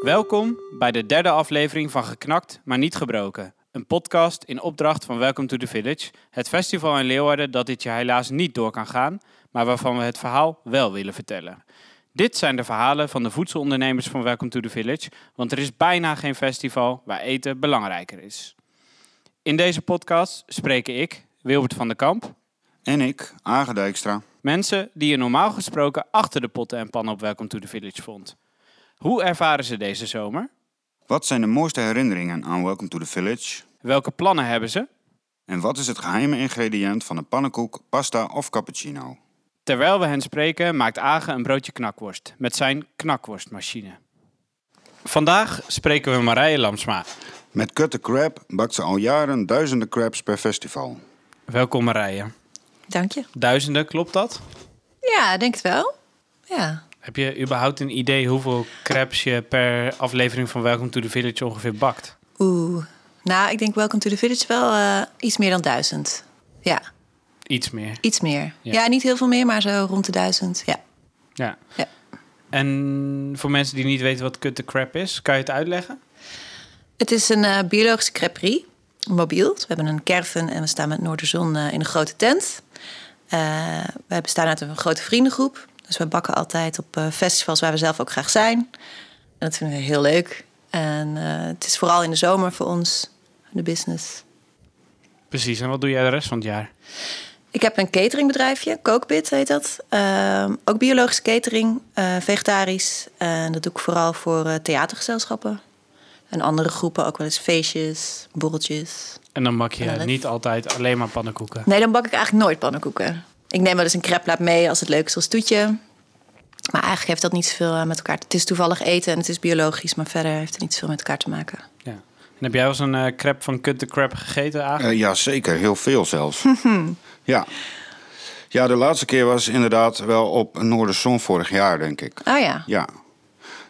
Welkom bij de derde aflevering van Geknakt, maar niet gebroken. Een podcast in opdracht van Welcome to the Village, het festival in Leeuwarden dat dit jaar helaas niet door kan gaan, maar waarvan we het verhaal wel willen vertellen. Dit zijn de verhalen van de voedselondernemers van Welcome to the Village, want er is bijna geen festival waar eten belangrijker is. In deze podcast spreken ik, Wilbert van den Kamp, En ik, Age Dijkstra. Mensen die je normaal gesproken achter de potten en pannen op Welcome to the Village vond. Hoe ervaren ze deze zomer? Wat zijn de mooiste herinneringen aan Welcome to the Village? Welke plannen hebben ze? En wat is het geheime ingrediënt van een pannenkoek, pasta of cappuccino? Terwijl we hen spreken maakt Age een broodje knakworst met zijn knakworstmachine. Vandaag spreken we Marije Lamsma. Met kutte crab bakt ze al jaren duizenden crabs per festival. Welkom Marije. Dank je. Duizenden, klopt dat? Ja, denk het wel. Ja. Heb je überhaupt een idee hoeveel crepes je per aflevering van Welcome to the Village ongeveer bakt? Oeh. Nou, ik denk Welcome to the Village wel eh, iets meer dan duizend. Ja, Iets meer. iets meer. Ja. Ja. niet heel veel meer, maar zo rond de duizend. Ja. Ja. Ja. En voor mensen die niet weten wat kutte crap is, kan je het uitleggen? Het is een eh, biologische creperie, mobiel. Dus we hebben een caravan en we staan met Noorderzon eh in een grote tent. Eh wij bestaan uit een grote vriendengroep. Dus we bakken altijd op eh, festivals waar we zelf ook graag zijn. En dat vinden we heel leuk. En eh, het is vooral in de zomer voor ons, de business. Precies, en wat doe jij de rest van het jaar? Ik heb een cateringbedrijfje, Kookbit heet dat. Ehm, ook biologische catering, eh, vegetarisch. En dat doe ik vooral voor eh, theatergezelschappen. En andere groepen, ook wel eens feestjes, borreltjes. En dan bak je Ja, dat- niet altijd alleen maar pannenkoeken. Nee, dan bak ik eigenlijk nooit pannenkoeken. Ik neem wel eens een creplaat mee als het leuk is als toetje. Maar eigenlijk heeft dat niet zoveel eh, met elkaar. Het is toevallig eten en het is biologisch, maar verder heeft het niet zoveel met elkaar te maken. Ja. En heb jij wel eens een eh crepe van Cut the Crap gegeten, Aag? Eh ja, zeker. Heel veel zelfs. ja. ja, de laatste keer was inderdaad wel op Noorderzon vorig jaar, denk ik. Oh ja, Ja,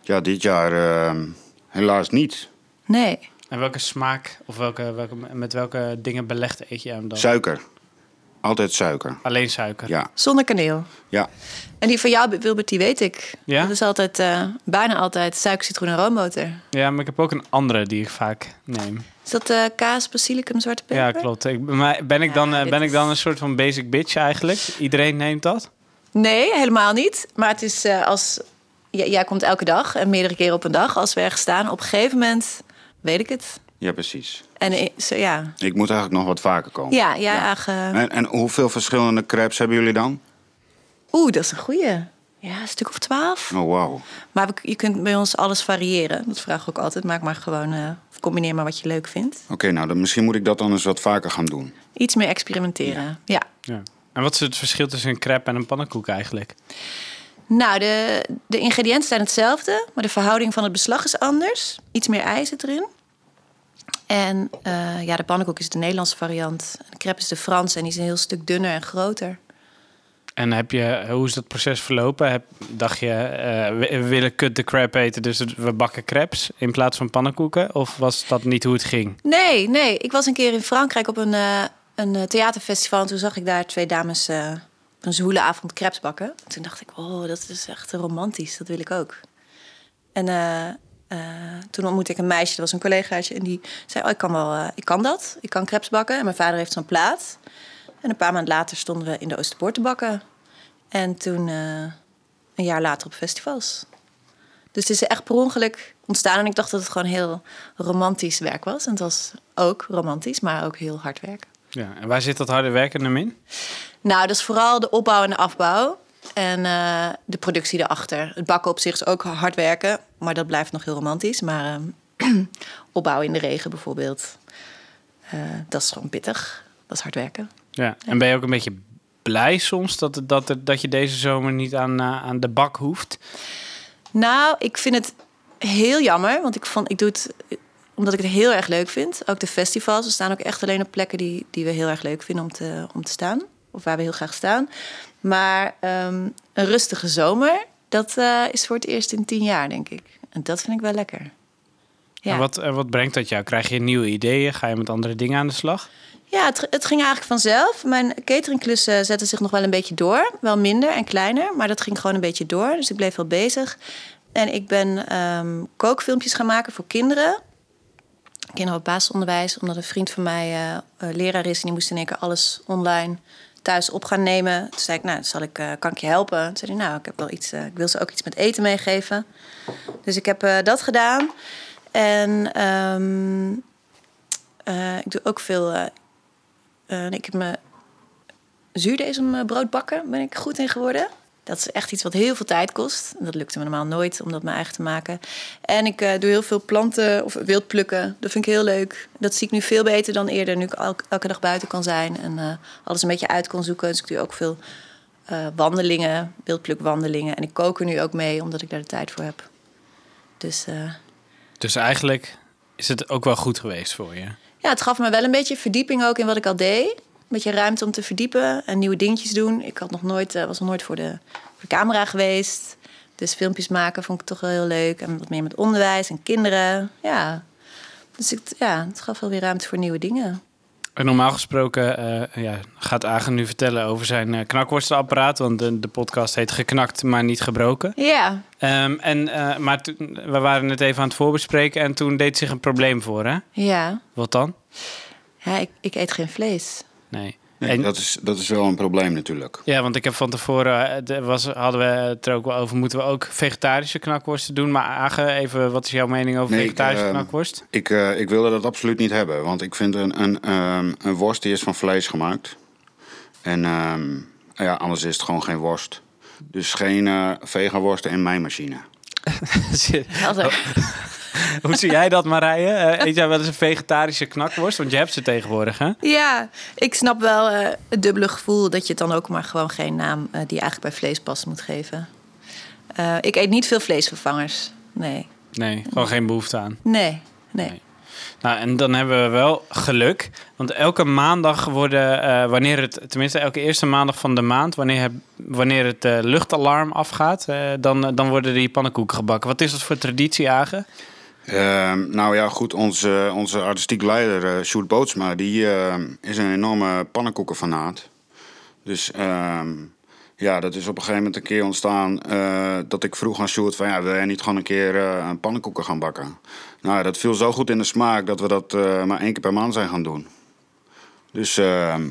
ja dit jaar ehm, helaas niet. nee. En welke smaak of welke, welke, met welke dingen belegd eet je hem dan? Suiker. Altijd suiker. alleen suiker. Ja, Zonder kaneel. ja. En die van jou, Wilbert, die weet ik. Ja? Dat is altijd, eh, bijna altijd suiker, citroen en roomboter. Ja, maar ik heb ook een andere die ik vaak neem. Is dat eh, kaas, basilicum, zwarte peper? Ja, klopt. Ik, maar ben ik, dan, Ja, eh, dit ben ik dan is- een soort van basic bitch eigenlijk? Iedereen neemt dat? Nee, helemaal niet. Maar het is eh, als... J- jij komt elke dag en meerdere keren op een dag. Als we ergens staan, op een gegeven moment weet ik het. ja precies. En eh, zo, ja. Ik moet eigenlijk nog wat vaker komen. Ja, ja, ach, eh, En, en hoeveel verschillende crepes hebben jullie dan? Oeh, dat is een goeie. Ja, een stuk of twaalf. Oh, wauw. Maar we- je kunt bij ons alles variëren. Dat vraag ik ook altijd. Maak maar gewoon... eh, of combineer maar wat je leuk vindt. Oké, nou, dan, misschien moet ik dat anders wat vaker gaan doen. Iets meer experimenteren. ja. Ja. En wat is het verschil tussen een crepe en een pannenkoek eigenlijk? Nou, de, de ingrediënten zijn hetzelfde, maar de verhouding van het beslag is anders. Iets meer ei zit erin. En eh, ja, de pannenkoek is de Nederlandse variant. De crepe is de Franse en die is een heel stuk dunner en groter. En heb je, eh, hoe is dat proces verlopen? Heb, dacht je, eh, we, we willen cut the crap eten, dus het- we bakken crepes in plaats van pannenkoeken? Of was dat niet hoe het ging? Nee, nee. Ik was een keer in Frankrijk op een, eh, een eh, theaterfestival. En toen zag ik daar twee dames eh, op een zwoele avond crepes bakken. Toen dacht ik, oh, dat is echt romantisch. Dat wil ik ook. En eh, eh, toen ontmoette ik een meisje, dat was een collegaatje. En die zei, oh, ik kan, wel, eh, ik kan dat. Ik kan crepes bakken. En mijn vader heeft zo'n plaat. En een paar maanden later stonden we in de Oosterpoort te bakken. En toen eh, een jaar later op festivals. Dus het is echt per ongeluk ontstaan. En ik dacht dat het gewoon heel romantisch werk was. En het was ook romantisch, maar ook heel hard werk. Ja. En waar zit dat harde werken hem in? Nou, dat is vooral de opbouw en de afbouw. En eh, de productie erachter. Het bakken op zich is ook hard werken, maar dat blijft nog heel romantisch. Maar ehm, opbouw in de regen bijvoorbeeld, eh, dat is gewoon pittig. Dat is hard werken. Ja, en ben je ook een beetje blij soms dat, dat, dat je deze zomer niet aan, eh, aan de bak hoeft? Nou, ik vind het heel jammer, want ik, vond, ik doe het eh, omdat ik het heel erg leuk vind. Ook de festivals, we staan ook echt alleen op plekken die, die we heel erg leuk vinden om te, om te staan. Of waar we heel graag staan. Maar ehm, een rustige zomer, dat eh, is voor het eerst in tien jaar, denk ik. En dat vind ik wel lekker. En wat, en wat brengt dat jou? Krijg je nieuwe ideeën? Ga je met andere dingen aan de slag? Ja, het, het ging eigenlijk vanzelf. Mijn cateringklussen zetten zich nog wel een beetje door. Wel minder en kleiner, maar dat ging gewoon een beetje door. Dus ik bleef wel bezig. En ik ben ehm, kookfilmpjes gaan maken voor kinderen. Kinderen op basisonderwijs. Omdat een vriend van mij eh, eh, leraar is. En die moest in één keer alles online thuis op gaan nemen. Toen zei ik, nou, zal ik, eh, kan ik je helpen? Toen zei hij, nou, ik, heb wel iets, eh, ik wil ze ook iets met eten meegeven. Dus ik heb eh, dat gedaan. En ehm, eh, ik doe ook veel... eh, eh, ik heb me zuurdezenbrood bakken ben ik goed in geworden. Dat is echt iets wat heel veel tijd kost. En Dat lukte me normaal nooit om dat mijn eigen te maken. En ik eh, doe heel veel planten of wild plukken. Dat vind ik heel leuk. Dat zie ik nu veel beter dan eerder. Nu ik elk- elke dag buiten kan zijn en eh, alles een beetje uit kan zoeken. Dus ik doe ook veel eh, wandelingen, wildplukwandelingen. En ik kook er nu ook mee, omdat ik daar de tijd voor heb. Dus eh, Dus eigenlijk is het ook wel goed geweest voor je. ja, het gaf me wel een beetje verdieping ook in wat ik al deed. Een beetje ruimte om te verdiepen en nieuwe dingetjes doen. Ik had nog nooit, eh, was nog nooit voor de, voor de camera geweest. Dus filmpjes maken vond ik toch wel heel leuk. En wat meer met onderwijs en kinderen. Ja. Dus ik, ja, het gaf wel weer ruimte voor nieuwe dingen. En normaal gesproken eh, ja, gaat Agen nu vertellen over zijn eh, knakworstenapparaat. Want de, de podcast heet Geknakt, maar niet gebroken. Ja, Ehm, en, eh, maar toen- we waren het even aan het voorbespreken en toen deed zich een probleem voor, hè? ja. Wat dan? ja ik, ik eet geen vlees. Nee. Nee, En- dat, is, dat is wel een probleem natuurlijk. Ja, want ik heb van tevoren, eh, de- was, hadden we het er ook wel over, moeten we ook vegetarische knakworsten doen? Maar Agen, even, wat is jouw mening over Nee, ik, vegetarische ehm, knakworst? Ik, eh, ik wilde dat absoluut niet hebben. Want ik vind een, een, ehm, een worst die is van vlees gemaakt. En ehm, ja, anders is het gewoon geen worst. Dus geen eh vegan worsten in mijn machine. Helder. Hoe zie jij dat, Marije? Eh, eet jij wel eens een vegetarische knakworst? Want je hebt ze tegenwoordig, hè? Ja, ik snap wel eh, het dubbele gevoel dat je het dan ook maar gewoon geen naam eh, die eigenlijk bij vlees past moet geven. Eh, ik eet niet veel vleesvervangers. Nee. Nee, gewoon geen behoefte aan. Nee, nee. Nee. Nou, en dan hebben we wel geluk. Want elke maandag worden, eh, wanneer het, tenminste elke eerste maandag van de maand, wanneer het, wanneer het eh, luchtalarm afgaat, eh, dan, eh, dan worden die pannenkoeken gebakken. Wat is dat voor traditie, Agen? Ehm, nou ja, goed, onze, onze artistiek leider eh Sjoerd Bootsma... die ehm, is een enorme pannenkoekenfanaat. Dus ehm, ja, dat is op een gegeven moment een keer ontstaan... eh, dat ik vroeg aan Sjoerd van... ja, wil jij niet gewoon een keer eh, een pannenkoeken gaan bakken? Nou, dat viel zo goed in de smaak... dat we dat eh, maar één keer per maand zijn gaan doen. Dus ehm,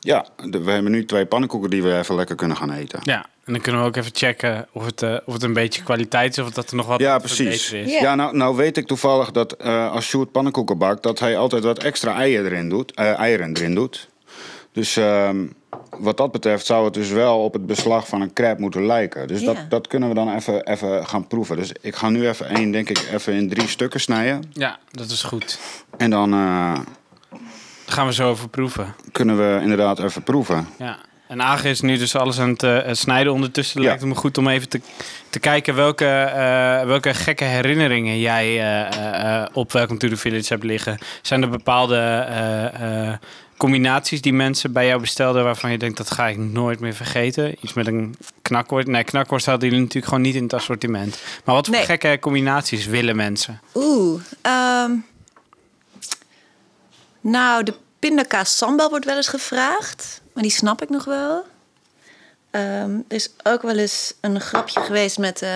ja, de- we hebben nu twee pannenkoeken... die we even lekker kunnen gaan eten. Ja, en dan kunnen we ook even checken of het, eh, of het een beetje kwaliteit is of dat er nog wat Ja, wat precies. beter is. Ja. Ja, nou, nou weet ik toevallig dat eh, als Sjoerd pannenkoeken bakt... dat hij altijd wat extra eieren erin doet. eh, eieren erin doet. Dus ehm, wat dat betreft zou het dus wel op het beslag van een crepe moeten lijken. Dus Ja. dat, dat kunnen we dan even, even gaan proeven. Dus ik ga nu even één, denk ik, even in drie stukken snijden. Ja, dat is goed. En dan eh, Daar gaan we zo over proeven. kunnen we inderdaad even proeven. Ja. En Agen is nu dus alles aan het eh, snijden ondertussen. Ja. Lijkt het me goed om even te, te kijken welke, eh, welke gekke herinneringen jij eh, eh, eh, op Welcome to the Village hebt liggen. Zijn er bepaalde eh, eh, combinaties die mensen bij jou bestelden waarvan je denkt dat ga ik nooit meer vergeten? Iets met een knakworst. Nee, knakworst hadden jullie natuurlijk gewoon niet in het assortiment. Maar wat voor Nee. gekke combinaties willen mensen? Oeh. ehm, nou, de pindakaas sambal wordt wel eens gevraagd. Maar die snap ik nog wel. Ehm, er is ook wel eens een grapje geweest met eh,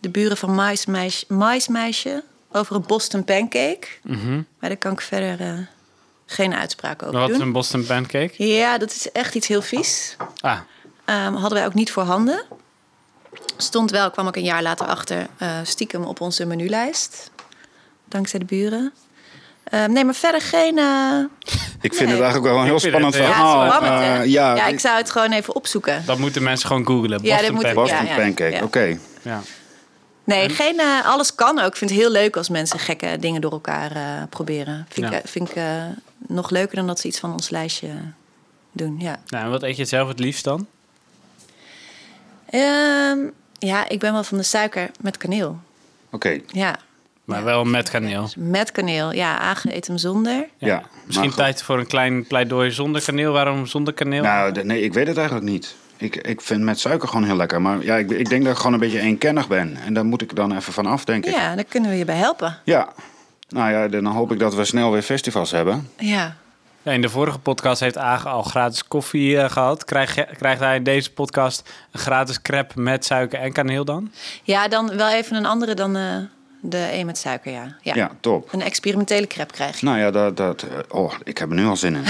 de buren van Maismeisje, Maismeisje over een Boston pancake. Mhm. Maar daar kan ik verder eh, geen uitspraak over Wat is doen. een Boston pancake? Ja, dat is echt iets heel vies. Ah, Ehm, hadden wij ook niet voorhanden. Stond wel, kwam ik een jaar later achter, eh, stiekem op onze menulijst. Dankzij de buren. Ehm, nee, maar verder geen... eh, Ik Nee. vind het eigenlijk wel een heel Ik vind het, spannend eh, ja, verhaal. het is wel Eh, wat, hè? ja, ja, ik zou het gewoon even opzoeken. dat moeten mensen gewoon googlen. Ja, dat Boston moet- pancake. Boston Ja, ja, pancake, ja. oké. Ja. Nee, geen, eh, alles kan ook. Ik vind het heel leuk als mensen gekke dingen door elkaar eh, proberen. Vind ik, Ja. eh, vind ik eh, nog leuker dan dat ze iets van ons lijstje doen, ja. Nou, en wat eet je zelf het liefst dan? Ehm, ja, ik ben wel van de suiker met kaneel. Oké, Ja, Maar wel met kaneel. met kaneel. Ja, Agen eet hem zonder. ja. maar Misschien goed. tijd voor een klein pleidooi zonder kaneel. Waarom zonder kaneel? Nou, d- nee, ik weet het eigenlijk niet. Ik, ik vind met suiker gewoon heel lekker. Maar ja, ik, ik denk dat ik gewoon een beetje eenkennig ben. En daar moet ik dan even van af, denk ik. Ja, daar kunnen we je bij helpen. Ja. Nou ja, dan hoop ik dat we snel weer festivals hebben. Ja. Ja, in de vorige podcast heeft Aage al gratis koffie eh, gehad. Krijg, je- krijgt hij in deze podcast een gratis crepe met suiker en kaneel dan? Ja, dan wel even een andere dan eh, de een met suiker, ja. ja. Ja, top. Een experimentele crepe krijg je. Nou ja, dat, dat, eh, oh, ik heb er nu al zin in.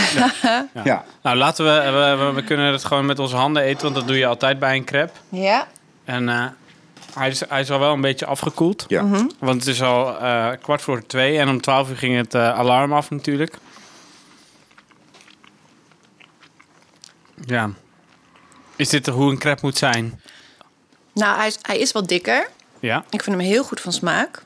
ja. ja. Nou, laten we, we, we- we kunnen het gewoon met onze handen eten, want dat doe je altijd bij een crepe. Ja. En eh, hij, is, hij is al wel een beetje afgekoeld. Ja. Mhm. Want het is al eh, kwart voor twee en om twaalf uur ging het eh, alarm af natuurlijk. Ja. Is dit hoe een crepe moet zijn? Nou, hij is, hij is wat dikker. Ja. Ik vind hem heel goed van smaak.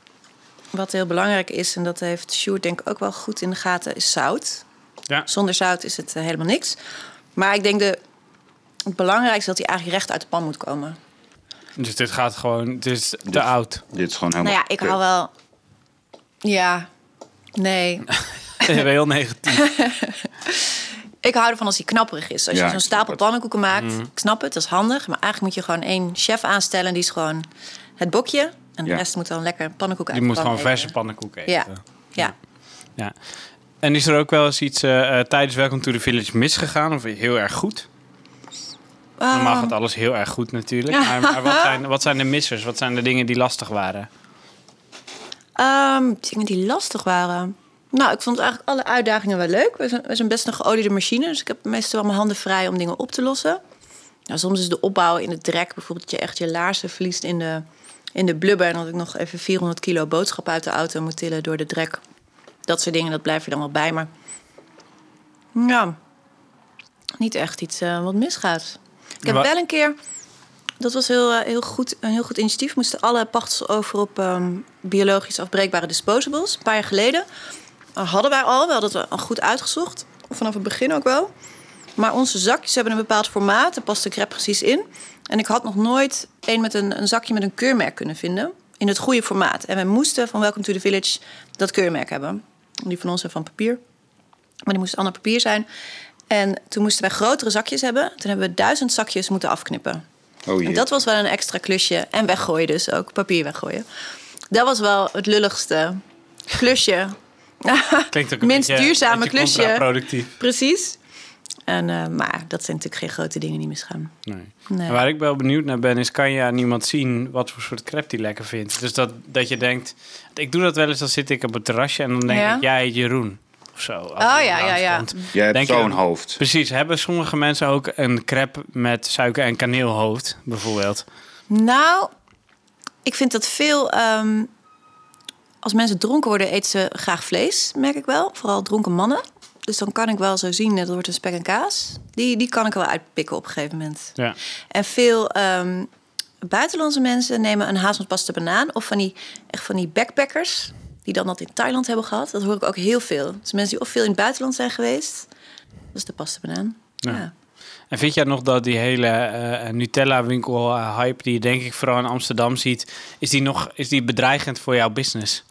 Wat heel belangrijk is, en dat heeft Sjoerd denk ik ook wel goed in de gaten, is zout. Ja. Zonder zout is het eh, helemaal niks. Maar ik denk de, het belangrijkste is dat hij eigenlijk recht uit de pan moet komen. Dus dit gaat gewoon, het is te Dit- oud. Dit is gewoon helemaal... Nou ja, ik kut. hou wel... Ja, nee. Heel negatief. Ik hou ervan als hij knapperig is. Als Ja, je ik snap zo'n stapel het. Mhm. pannenkoeken maakt, ik snap het, dat is handig. Maar eigenlijk moet je gewoon één chef aanstellen. en Die is gewoon het bokje. En de Ja. rest moet dan lekker pannenkoek uit Je de moet pan gewoon eten. verse pannenkoeken Ja. eten. Ja. Ja. En is er ook wel eens iets eh, eh, tijdens Welcome to the Village misgegaan of heel erg goed? Normaal gaat alles heel erg goed natuurlijk. Maar, maar wat, zijn, wat zijn de missers? Wat zijn de dingen die lastig waren? Ehm, dingen die lastig waren. Nou, ik vond eigenlijk alle uitdagingen wel leuk. We zijn, we zijn best een geoliede machine, dus ik heb meestal wel mijn handen vrij om dingen op te lossen. Nou, soms is de opbouw in het drek, bijvoorbeeld dat je echt je laarzen verliest in de, in de blubber. En dat ik nog even 400 kilo boodschap uit de auto moet tillen door de drek. Dat soort dingen, dat blijf je dan wel bij. Maar ja, niet echt iets eh, wat misgaat. Ik heb Wa- wel een keer, dat was heel, eh, heel goed, een heel goed initiatief, moesten alle pachters over op ehm, biologisch afbreekbare disposables. Een paar jaar geleden eh, hadden wij al, we hadden het al goed uitgezocht, vanaf het begin ook wel. Maar onze zakjes hebben een bepaald formaat. Daar past de crepe precies in. En ik had nog nooit een, met een, een zakje met een keurmerk kunnen vinden. In het goede formaat. En we moesten van Welcome to the Village dat keurmerk hebben. Die van ons zijn van papier. Maar die moest ander papier zijn. En toen moesten wij grotere zakjes hebben. Toen hebben we duizend zakjes moeten afknippen. Oh jee. En dat was wel een extra klusje. En weggooien dus ook. Papier weggooien. Dat was wel het lulligste klusje. Klinkt ook een Minst beetje, duurzame beetje klusje. contraproductief. Precies. En, eh, maar dat zijn natuurlijk geen grote dingen die misgaan. Nee. Nee. En Waar ik wel benieuwd naar ben, is kan je aan niemand zien wat voor soort crepe die lekker vindt? Dus dat, dat je denkt, ik doe dat wel eens, dan zit ik op het terrasje en dan denk Ja. ik, jij heet Jeroen. Of zo. Oh ja, ja, ja. Jij hebt Denk je zo'n dan- hoofd. Precies, hebben sommige mensen ook een crepe met suiker en kaneelhoofd, bijvoorbeeld? Nou, ik vind dat veel. ehm, als mensen dronken worden, eten ze graag vlees, merk ik wel. Vooral dronken mannen. Dus dan kan ik wel zo zien, dat wordt dus een spek en kaas. Die, die kan ik er wel uitpikken op een gegeven moment. Ja. En veel ehm, buitenlandse mensen nemen een hazelnootpasta banaan. Of van die, echt van die backpackers, die dan dat in Thailand hebben gehad. Dat hoor ik ook heel veel. Dus mensen die of veel in het buitenland zijn geweest. Dat is de pasta banaan. Ja. ja. En vind jij nog dat die hele eh, Nutella-winkel-hype, die je denk ik vooral in Amsterdam ziet, is die, nog, is die bedreigend voor jouw business?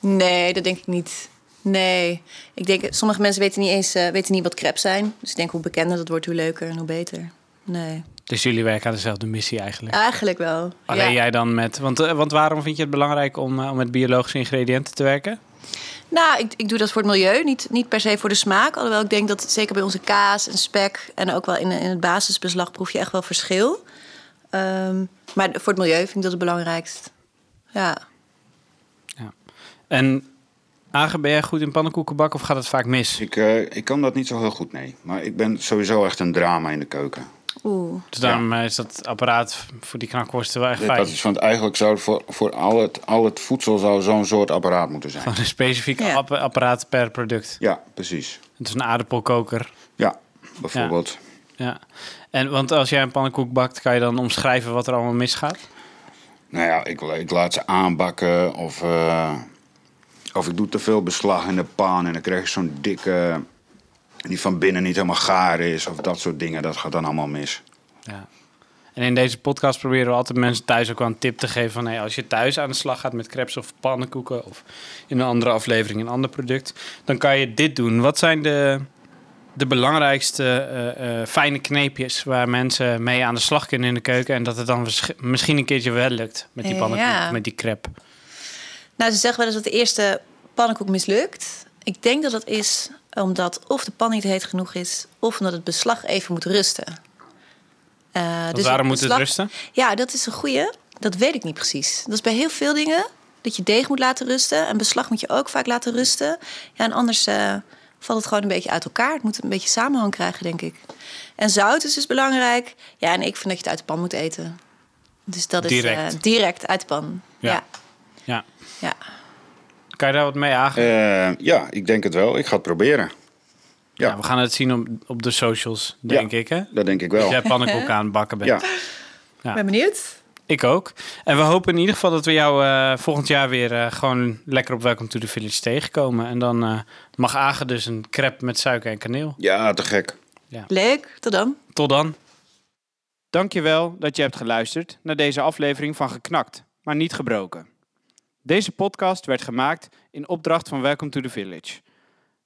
Nee, dat denk ik niet. Nee. Ik denk, sommige mensen weten niet eens eh, weten niet wat crepes zijn. Dus ik denk, hoe bekender dat wordt, hoe leuker en hoe beter. Nee. Dus jullie werken aan dezelfde missie eigenlijk. Eigenlijk wel. Alleen ja. jij dan met. Want, eh, want waarom vind je het belangrijk om, eh, om met biologische ingrediënten te werken? Nou, ik, ik doe dat voor het milieu, niet, niet per se voor de smaak. Alhoewel ik denk dat zeker bij onze kaas en spek... en ook wel in, in het basisbeslag proef je echt wel verschil. Ehm, maar voor het milieu vind ik dat het belangrijkst. Ja. En Agen, ben jij goed in pannenkoeken bakken of gaat het vaak mis? Ik, eh, ik kan dat niet zo heel goed, nee. Maar ik ben sowieso echt een drama in de keuken. Oeh. Dus daarom eh, is dat apparaat voor die knakworsten wel echt Dat, dat fijn. is, want eigenlijk zou voor, voor al, het, al het voedsel zou zo'n soort apparaat moeten zijn. Gewoon een specifiek Ja. app- apparaat per product. Ja, precies. Het is een aardappelkoker. Ja, bijvoorbeeld. Ja. En, want als jij een pannenkoek bakt, kan je dan omschrijven wat er allemaal misgaat? Nou ja, ik, ik laat ze aanbakken of, eh, of ik doe te veel beslag in de pan en dan krijg je zo'n dikke die van binnen niet helemaal gaar is of dat soort dingen. Dat gaat dan allemaal mis. Ja. En in deze podcast proberen we altijd mensen thuis ook wel een tip te geven van hey, als je thuis aan de slag gaat met crepes of pannenkoeken of in een andere aflevering een ander product, dan kan je dit doen. Wat zijn de, de belangrijkste eh, eh, fijne kneepjes waar mensen mee aan de slag kunnen in de keuken en dat het dan waarsch- misschien een keertje wel lukt met die Eh, Ja. pannenkoek, met die crepe? Nou, ze zeggen wel eens dat de eerste pannenkoek mislukt. Ik denk dat dat is omdat of de pan niet heet genoeg is, of omdat het beslag even moet rusten. Eh, Dat dus waarom moet het beslag- rusten? Ja, dat is een goeie. Dat weet ik niet precies. Dat is bij heel veel dingen dat je deeg moet laten rusten. En beslag moet je ook vaak laten rusten. Ja, en anders eh, valt het gewoon een beetje uit elkaar. Het moet een beetje samenhang krijgen, denk ik. En zout is dus belangrijk. Ja, en ik vind dat je het uit de pan moet eten. Dus dat is eh, Direct. direct uit de pan. Ja. Ja. Ja. ja. Kan je daar wat mee aangeven? Eh, ja, ik denk het wel. Ik ga het proberen. Ja. ja. Nou, we gaan het zien op, op de socials, denk Ja. ik. Hè? Dat denk ik Dat wel. jij pannenkoeken aan het bakken bent. Ja, Ja. Ben benieuwd. Ik ook. En we hopen in ieder geval dat we jou eh, volgend jaar weer eh, gewoon lekker op Welcome to the Village tegenkomen. En dan eh, mag Agen dus een crepe met suiker en kaneel. ja te gek. Leuk, tot dan. Tot dan. Dankjewel dat je hebt geluisterd naar deze aflevering van Geknakt, maar niet gebroken. Deze podcast werd gemaakt in opdracht van Welcome to the Village.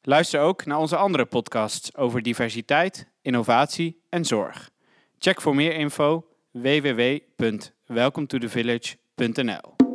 Luister ook naar onze andere podcasts over diversiteit, innovatie en zorg. Check voor meer info www.welcometothevillage.nl